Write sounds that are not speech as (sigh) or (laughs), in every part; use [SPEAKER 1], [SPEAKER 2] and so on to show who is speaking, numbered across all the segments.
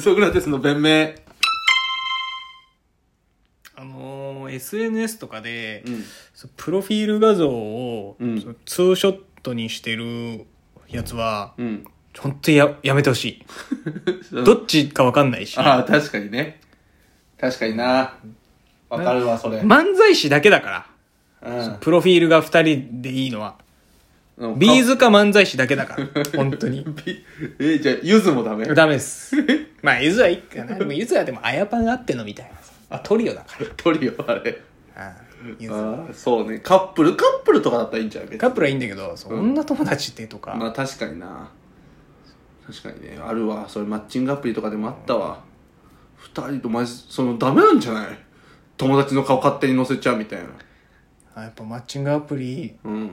[SPEAKER 1] ソクラテスの弁明。
[SPEAKER 2] あのー SNS とかで、
[SPEAKER 1] うん。
[SPEAKER 2] そうプロフィール画像を、
[SPEAKER 1] うん
[SPEAKER 2] そうツーショットにしてるやつは、
[SPEAKER 1] (laughs) うん。
[SPEAKER 2] 本当にややめてほしい。どっちかわかんないし、
[SPEAKER 1] ああ、確かにね。確かにな。わかるわ、それ。
[SPEAKER 2] 漫才師だけだから。
[SPEAKER 1] うん
[SPEAKER 2] プロフィールが2人でいいのは。
[SPEAKER 1] うん。
[SPEAKER 2] ビー
[SPEAKER 1] ズ。
[SPEAKER 2] ズか漫才師だけだから。本当に。
[SPEAKER 1] え、じゃあ、ゆずもダ
[SPEAKER 2] (laughs)
[SPEAKER 1] メ
[SPEAKER 2] ダ
[SPEAKER 1] (laughs)
[SPEAKER 2] メです。まあ、ゆずはいいかな。でもゆずはでも、あやぱんあってのみたいなさ。トリオだか
[SPEAKER 1] トリオ、あれ。
[SPEAKER 2] ら。あゆず
[SPEAKER 1] ああ、そうね。カップル、カップルとかだったらいいんちゃうけど
[SPEAKER 2] カップルはいいんだけど、そう女友達ってとか、
[SPEAKER 1] まあ、確かにな。確かにね。あるわ。それ、マッチングアプリとかでもあったわ。二人と、マジ、その、ダメなんじゃない友達の顔勝手に載せちゃうみたいな。
[SPEAKER 2] あやっぱマッチングアプリ
[SPEAKER 1] うん。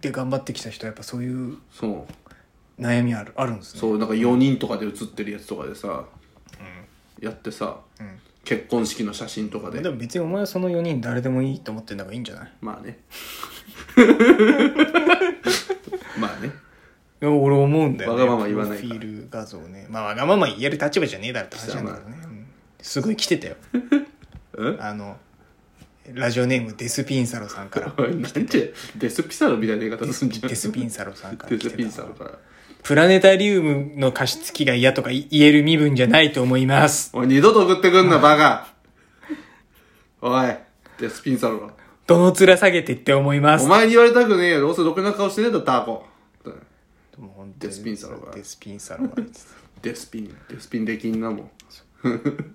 [SPEAKER 2] で頑張ってきた人はやっぱそういう
[SPEAKER 1] そう。
[SPEAKER 2] 悩みあるあるんですね。
[SPEAKER 1] そうなんか4人とかで写ってるやつとかでさ、やってさ、結婚式の写真とかで
[SPEAKER 2] でも別にお前はその4人誰でもいいと思ってんだからいいんじゃない
[SPEAKER 1] まあねまあね
[SPEAKER 2] いや俺思うんだよ、ね、
[SPEAKER 1] わがまま言わないか
[SPEAKER 2] プ
[SPEAKER 1] ら
[SPEAKER 2] ロフィール画像ねまあわがまま言える立場じゃねえだろって話なんだけどね、うんすごい来て (laughs) たよ
[SPEAKER 1] うん
[SPEAKER 2] あのラジオネームデスピンサロさん (laughs) から
[SPEAKER 1] おいなんでデスピサロみたいな言い方すんじゃん
[SPEAKER 2] デスピンサロさんから
[SPEAKER 1] デ
[SPEAKER 2] 来
[SPEAKER 1] スピ
[SPEAKER 2] て
[SPEAKER 1] ン
[SPEAKER 2] た
[SPEAKER 1] サロから
[SPEAKER 2] プラネタリウムの加湿器が嫌とか言える身分じゃないと思います
[SPEAKER 1] おい二度と送ってくんなバカおいデスピンサロが
[SPEAKER 2] どの面下げてって思いま
[SPEAKER 1] お
[SPEAKER 2] す
[SPEAKER 1] 前に言われたくねえよどうせろくな顔してねえんだタコ
[SPEAKER 2] もう本当に
[SPEAKER 1] デスピンサロが
[SPEAKER 2] デスピンサロが
[SPEAKER 1] デスピンデスピンできんなもん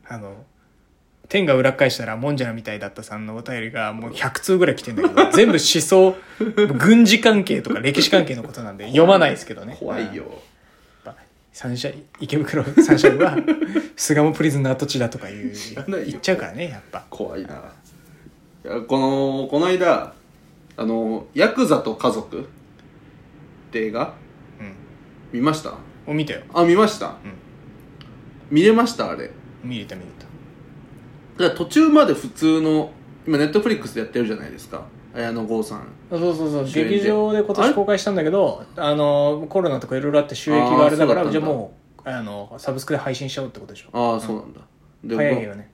[SPEAKER 2] あの天が裏返したらもんじゃらみたいだったさんのお便りがもう100通ぐらい来てんだけ (laughs) ど全部思想軍事関係とか歴史関係のことなんで読まないですけどね
[SPEAKER 1] 怖いよ
[SPEAKER 2] やっぱサンシャイン池袋 (laughs) サンシャインは巣鴨プリズンの跡地だとかいう
[SPEAKER 1] らないよ
[SPEAKER 2] 言っちゃうからねやっぱ
[SPEAKER 1] 怖いないやこのこの間あの「ヤクザと家族」って映画
[SPEAKER 2] うん
[SPEAKER 1] 見ました
[SPEAKER 2] お見たよ
[SPEAKER 1] あ見ました、見れましたあれ
[SPEAKER 2] 見れた見れた
[SPEAKER 1] だから途中まで普通の今ネットフリックスでやってるじゃないですか綾野剛さん
[SPEAKER 2] そうそうそう
[SPEAKER 1] 主演で
[SPEAKER 2] 劇場で今
[SPEAKER 1] あ
[SPEAKER 2] 年
[SPEAKER 1] れ
[SPEAKER 2] 公開したんだけどあのコロナとかいろいろあって収益があれだか
[SPEAKER 1] あ
[SPEAKER 2] ら
[SPEAKER 1] ーそう
[SPEAKER 2] じ
[SPEAKER 1] だ
[SPEAKER 2] ゃ
[SPEAKER 1] ったんだ
[SPEAKER 2] あもうあのサブスクで配信しちゃおうってことでしょ
[SPEAKER 1] ああそうなんだ、で
[SPEAKER 2] 早い
[SPEAKER 1] こ
[SPEAKER 2] よね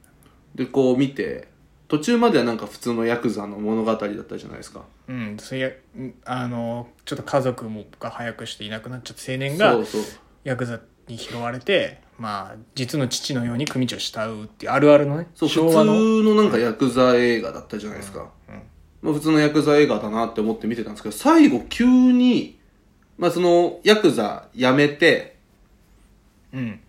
[SPEAKER 1] うでこう見て途中まではなんか普通のヤクザの物語だったじゃないですか
[SPEAKER 2] うん、それうんあのちょっと家族もが早くしていなくなっちゃった青年が
[SPEAKER 1] そうそう
[SPEAKER 2] ヤクザに拾われて、まあ、実の父のように組長を慕うっていうあるあるのね
[SPEAKER 1] そう
[SPEAKER 2] 昭和の
[SPEAKER 1] 普通のなんかヤクザ映画だったじゃないですか、まあ、普通のヤクザ映画だなって思って見てたんですけど最後急に、まあ、そのヤクザ辞めて
[SPEAKER 2] うん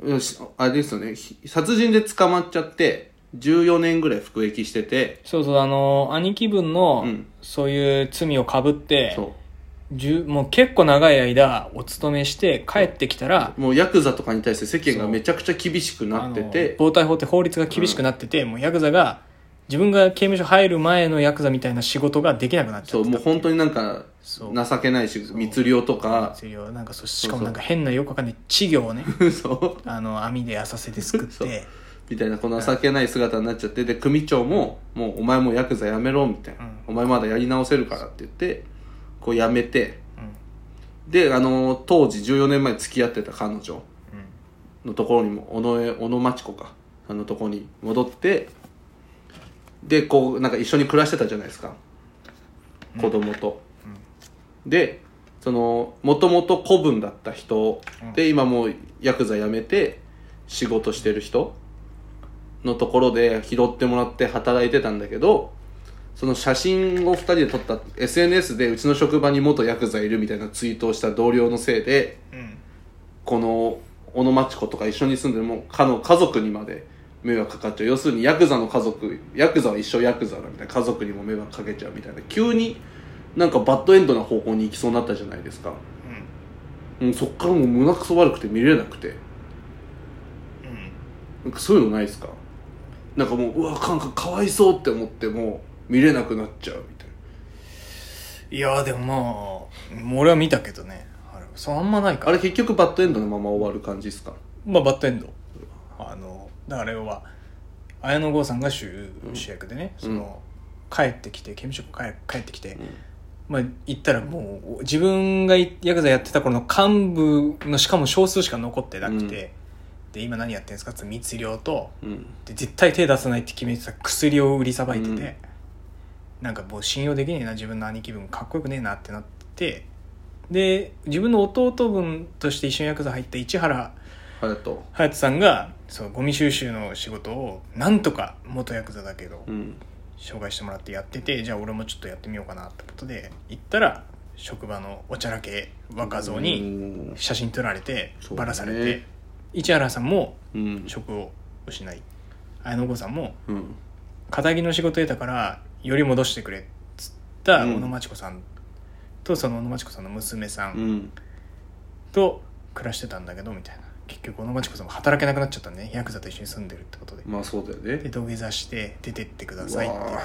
[SPEAKER 1] うんしあれですよねひ殺人で捕まっちゃって14年ぐらい服役してて
[SPEAKER 2] そうそうあの兄貴分の、
[SPEAKER 1] うん
[SPEAKER 2] そういう罪をかぶって
[SPEAKER 1] そ
[SPEAKER 2] じゅもう結構長い間お勤めして帰ってきたら
[SPEAKER 1] うもうヤクザとかに対して世間がめちゃくちゃ厳しくなって
[SPEAKER 2] あの
[SPEAKER 1] て
[SPEAKER 2] 暴対法って法律が厳しくなってて、もうヤクザが自分が刑務所入る前のヤクザみたいな仕事ができなくなっちゃ
[SPEAKER 1] そ
[SPEAKER 2] っ
[SPEAKER 1] う
[SPEAKER 2] てた
[SPEAKER 1] もう本当になんか
[SPEAKER 2] そう
[SPEAKER 1] 情けないし密漁とか
[SPEAKER 2] そういうなんかそうしかもなんか変なよくわかんない稚魚を (laughs) ね
[SPEAKER 1] (laughs) そう
[SPEAKER 2] あの網で浅瀬で作っ
[SPEAKER 1] そう
[SPEAKER 2] て
[SPEAKER 1] みたいなこの情けない姿になっちゃってで組長も「もうお前もうヤクザやめろ」みたいな、
[SPEAKER 2] うん
[SPEAKER 1] お前まだやり直せるから」って言ってこうやめて、であの当時14年前に付き合ってた彼女のところにも小野江小野町子かあのとこに戻ってでこうなんか一緒に暮らしてたじゃないですか子供と、でそのもともと子分だった人、で今もうヤクザ辞めて仕事してる人のところで拾ってもらって働いてたんだけどその写真を2人で撮った SNS でうちの職場に元ヤクザいるみたいなツイートをした同僚のせいで
[SPEAKER 2] うん
[SPEAKER 1] この小野町子とか一緒に住んでるもうかの家族にまで迷惑かかっちゃう要するにヤクザの家族ヤクザは一生ヤクザだみたいな家族にも迷惑かけちゃうみたいな急になんかバッドエンドな方向に行きそうになったじゃないですか、うん、そっからもう胸くそ悪くて見れなくてなんかそういうのないですかなんかもううわかんかかわいそうって思ってもう見れなくなっちゃうみたい
[SPEAKER 2] いやでもまあもう俺は見たけどねあれそうあんまないか
[SPEAKER 1] なあ
[SPEAKER 2] ら
[SPEAKER 1] れ結局バッドエンドのまま終わる感じですか
[SPEAKER 2] まあバッドエンドあのだから要は綾野剛さんが主主役でね、その帰ってきて刑務所から帰帰ってきて、まあ行ったらもう自分がいヤクザやってた頃の幹部のしかも少数しか残ってなくて、で今何やってるんですかっつって密漁と
[SPEAKER 1] うん
[SPEAKER 2] で絶対手出さないって決めてた薬を売りさばいてて、
[SPEAKER 1] うん
[SPEAKER 2] なんかもう信用できねえな自分の兄貴分かっこよくねえなってなってで自分の弟分として一緒にヤクザ入った市原
[SPEAKER 1] ありがと
[SPEAKER 2] 隼人さんがそうゴミ収集の仕事をなんとか元ヤクザだけど
[SPEAKER 1] ううん
[SPEAKER 2] 紹介してもらってやっててじゃあ俺もちょっとやってみようかなってことで行ったら職場のおちゃらけ若造
[SPEAKER 1] う
[SPEAKER 2] に
[SPEAKER 1] ん
[SPEAKER 2] 写真撮られて
[SPEAKER 1] そうだね
[SPEAKER 2] バラされて、市原さんも
[SPEAKER 1] うん
[SPEAKER 2] 職を失い綾野剛さんも
[SPEAKER 1] うん
[SPEAKER 2] 肩着の仕事得たからより戻してくれっつった
[SPEAKER 1] う
[SPEAKER 2] 小
[SPEAKER 1] ん
[SPEAKER 2] 野真知子さんとその小野真知子さんの娘さ
[SPEAKER 1] うんん
[SPEAKER 2] と暮らしてたんだけどみたいな結局小野真知子さんも働けなくなっちゃったんでヤクザと一緒に住んでるってことで
[SPEAKER 1] まあそうだよ
[SPEAKER 2] で
[SPEAKER 1] ね
[SPEAKER 2] 土下座して出てってくださいって言われ
[SPEAKER 1] うわ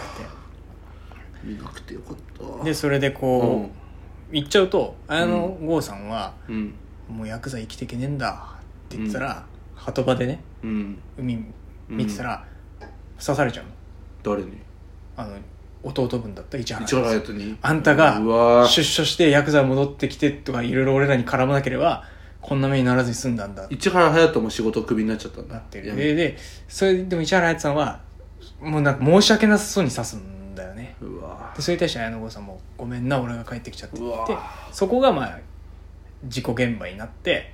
[SPEAKER 1] 見なくてよかった
[SPEAKER 2] てでそれで
[SPEAKER 1] う
[SPEAKER 2] こ
[SPEAKER 1] ん
[SPEAKER 2] う行っちゃうと綾野剛さんは
[SPEAKER 1] うん
[SPEAKER 2] 「もうヤクザ生きていけねえんだ」って言ってたら鳩場でね
[SPEAKER 1] うん
[SPEAKER 2] 海見てたら刺されちゃうの
[SPEAKER 1] 誰に
[SPEAKER 2] あの弟分だった市原
[SPEAKER 1] 一原やつに
[SPEAKER 2] あんたが
[SPEAKER 1] うわー
[SPEAKER 2] 出所してヤクザ戻ってきてとかいろいろ俺らに絡まなければこんな目にならずに済んだんだ
[SPEAKER 1] 市原隼人も仕事クビになっちゃったんだ
[SPEAKER 2] なって
[SPEAKER 1] や
[SPEAKER 2] る
[SPEAKER 1] め
[SPEAKER 2] ででそれでも市原隼人さんはもうなんか申し訳なさそうに刺すんだよね
[SPEAKER 1] うわ
[SPEAKER 2] でそれに対して綾野剛さんも「ごめんな俺が帰ってきちゃって」って
[SPEAKER 1] うわ
[SPEAKER 2] 言ってそこがまあ事故現場になって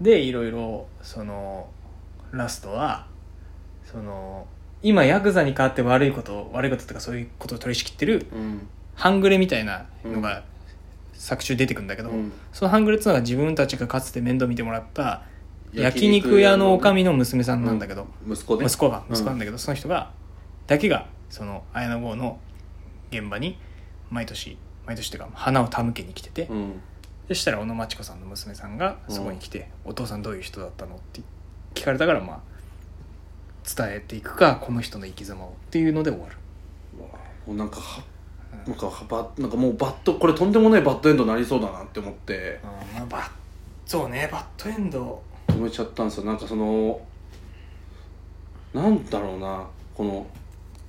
[SPEAKER 1] う
[SPEAKER 2] でいろいろそのラストはその今ヤクザに代わって悪いこと悪いこととかそういうことを取り仕切って
[SPEAKER 1] ん
[SPEAKER 2] る
[SPEAKER 1] うん
[SPEAKER 2] 半グレみたいなのが作中出てくるんだけど、
[SPEAKER 1] うん
[SPEAKER 2] その半グレっていうのが自分たちがかつて面倒見てもらった焼
[SPEAKER 1] 焼
[SPEAKER 2] 肉
[SPEAKER 1] 肉
[SPEAKER 2] 屋
[SPEAKER 1] 屋
[SPEAKER 2] の
[SPEAKER 1] の
[SPEAKER 2] おかみの娘さんなんだけど、
[SPEAKER 1] 息子ね
[SPEAKER 2] 息子が息子なん
[SPEAKER 1] だ
[SPEAKER 2] だけど、その人がだけがその綾野剛の現場に毎年毎年っていうか花を手向けに来てて、
[SPEAKER 1] うん
[SPEAKER 2] そしたら小野真知子さんの娘さんがそこに来て、お父さんどういう人だったの?」って聞かれたからまあ伝えていくかこの人の生き様をっていうので終わる。
[SPEAKER 1] うわもうなんかはなんかばなんかもうバッドこれとんでもないバッドエンドになりそうだなって思って
[SPEAKER 2] うんまあ、バッそうねバッドエンド
[SPEAKER 1] 止めちゃったんですよなんかそのなんだろうなこの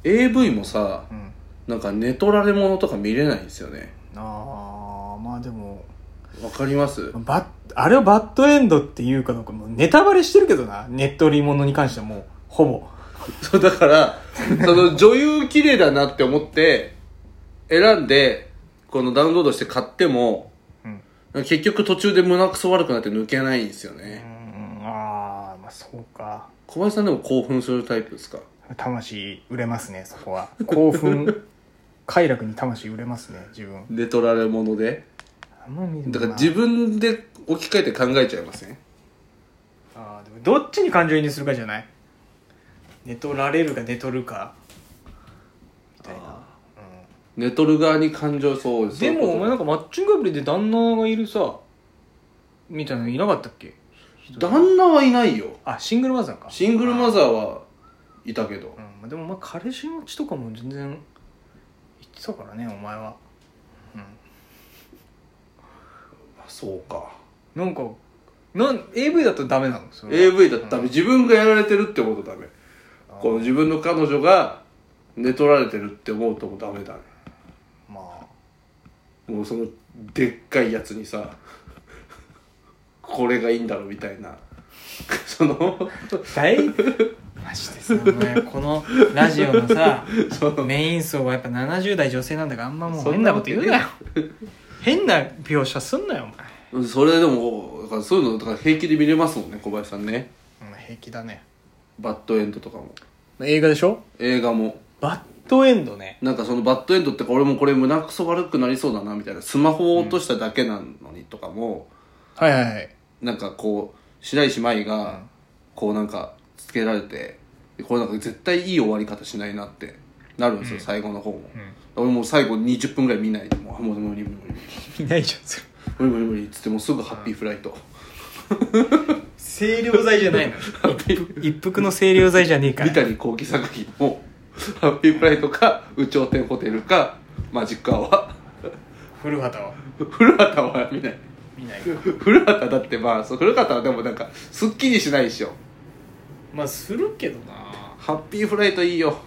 [SPEAKER 1] AV もさ
[SPEAKER 2] うん
[SPEAKER 1] なんか寝取られ物とか見れないんですよね
[SPEAKER 2] ああまあでも
[SPEAKER 1] わかります (laughs)
[SPEAKER 2] バッあれをバッドエンドっていうかどうかもうネタバレしてるけどなネットリものに関してはもうほぼ
[SPEAKER 1] そうだからその女優綺麗だなって思って選んでこのダウンロードして買っても
[SPEAKER 2] うん
[SPEAKER 1] 結局途中で胸くそ悪くなって抜けないんですよね
[SPEAKER 2] ああまあそうか
[SPEAKER 1] 小林さんでも興奮するタイプですか
[SPEAKER 2] 魂売れますねそこ (laughs) は興奮快楽に魂売れますね自分
[SPEAKER 1] 寝取られ物で
[SPEAKER 2] あんま見る
[SPEAKER 1] だから自
[SPEAKER 2] 分
[SPEAKER 1] 分で置き換えて考えちゃいません
[SPEAKER 2] あーでもどっちに感情移入するかじゃない寝取られるか寝取るかみたいな
[SPEAKER 1] 寝取る側に感情そう
[SPEAKER 2] で
[SPEAKER 1] そういう
[SPEAKER 2] もお
[SPEAKER 1] こ
[SPEAKER 2] 前なんかマッチングアプリで旦那がいるさみたいなのいなかったっけ
[SPEAKER 1] と旦那はいないよ
[SPEAKER 2] あシングルマザーか
[SPEAKER 1] シングルマザーはいたけど
[SPEAKER 2] うん、でもまあ彼氏持ちとかも全然言ってたからねお前は
[SPEAKER 1] あそうか
[SPEAKER 2] なんかなん AV だとダメなのそれは
[SPEAKER 1] AV だったらダメ自分がやられてるってことダメこの自分の彼女が寝取られてるって思うともダメだね
[SPEAKER 2] ま
[SPEAKER 1] もうそのでっかいやつにさこれがいいんだろうみたいな (laughs) その
[SPEAKER 2] あ (laughs) 大マジでさお前このラジオの (laughs) さメイン層はやっぱ70代女性なんだからあんまもう
[SPEAKER 1] そん
[SPEAKER 2] 変
[SPEAKER 1] な
[SPEAKER 2] な
[SPEAKER 1] こ
[SPEAKER 2] ことと言うなよ変な描写すんなよ
[SPEAKER 1] それでもだからそういうのだから平気で見れますもんね小林さんね
[SPEAKER 2] お前、うん、平気だね
[SPEAKER 1] バッドエンドとかも
[SPEAKER 2] 映画でしょ
[SPEAKER 1] 映画も
[SPEAKER 2] バッドエンドね
[SPEAKER 1] なんかそのバッドエンドってか俺もこれ胸くそ悪くなりそうだなみたいなスマホを落としただけなのにとかも、
[SPEAKER 2] はいはいはい
[SPEAKER 1] なんかこう白石麻衣
[SPEAKER 2] う
[SPEAKER 1] が
[SPEAKER 2] ん
[SPEAKER 1] こうなんかつけられてでこれなんか絶対いい終わり方しないなってなるんですよ、最後の方も、俺もう最後20分ぐらい見ないでもうあもう無理無理無理
[SPEAKER 2] いないじゃんそれ
[SPEAKER 1] 無理無理無理っつってもうすぐハッピーフライト、
[SPEAKER 2] (laughs) 清涼剤じゃないの一服の清涼剤じゃねえから
[SPEAKER 1] 三谷幸喜作品もハッピーフライトか有頂天ホテルかマジックアワ
[SPEAKER 2] 古畑は
[SPEAKER 1] ー古畑は見ない
[SPEAKER 2] 見ない
[SPEAKER 1] 古畑だってまあそう古畑はでもなんかすっきりしないでしょ
[SPEAKER 2] まあするけどな
[SPEAKER 1] ハッピーフライトいいよ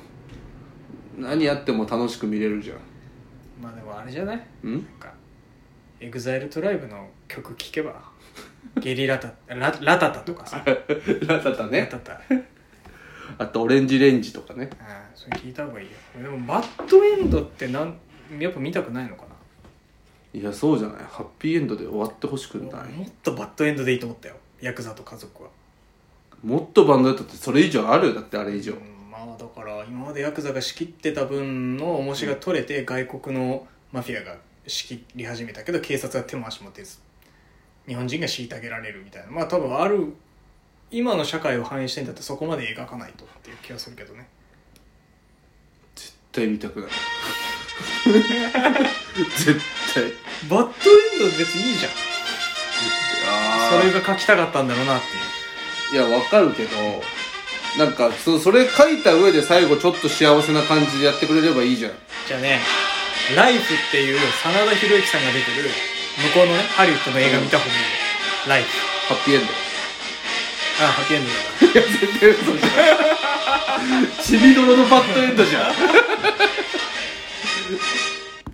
[SPEAKER 1] 何やっても楽しく見れるじゃ
[SPEAKER 2] まあでもあれじゃない
[SPEAKER 1] んん (laughs)
[SPEAKER 2] (laughs) なんかエグザイルトライブの曲聴けばゲリラタララタタとかさ、
[SPEAKER 1] ラタタ
[SPEAKER 2] ラ
[SPEAKER 1] ね
[SPEAKER 2] タタ
[SPEAKER 1] あとオレンジレンジとかね
[SPEAKER 2] ああそれ聞いた方がいいよでもバッドエンドってなんやっぱ見たくないのか
[SPEAKER 1] いやそうじゃないハッピーエンドで終わってほしくな
[SPEAKER 2] ないもっとバッドエンドでいいと思ったよヤクザと家族は、
[SPEAKER 1] もっとバンドやったってそれ以上あるだってあれ以
[SPEAKER 2] う
[SPEAKER 1] 上
[SPEAKER 2] ん、まあだから今までヤクザが仕切ってた分の重しが取れて外国のマフィアが仕切り始めたけど警察が手も足も出ず日本人が虐げられるみたいなまあ多分ある今の社会を反映してんだったらそこまで描かないとっていう気がするけどね
[SPEAKER 1] 絶対見たくない (laughs) 絶対
[SPEAKER 2] バッドエンド別にいいじゃん
[SPEAKER 1] あ
[SPEAKER 2] そ
[SPEAKER 1] ー
[SPEAKER 2] れが書きたかったんだろうなっていう
[SPEAKER 1] いやわかるけどなんかそそれ書いた上で最後ちょっと幸せな感じでやってくれればいいじゃん
[SPEAKER 2] じゃあね「ライフっていう真田広之さんが出てる向こうのねハリウッドの映画見た方がいいよ「ライフ
[SPEAKER 1] ハッピーエンド
[SPEAKER 2] (laughs) あハッピーエンドだか
[SPEAKER 1] い
[SPEAKER 2] (laughs)
[SPEAKER 1] や絶対嘘じゃんちびどろのバッドエンドじゃん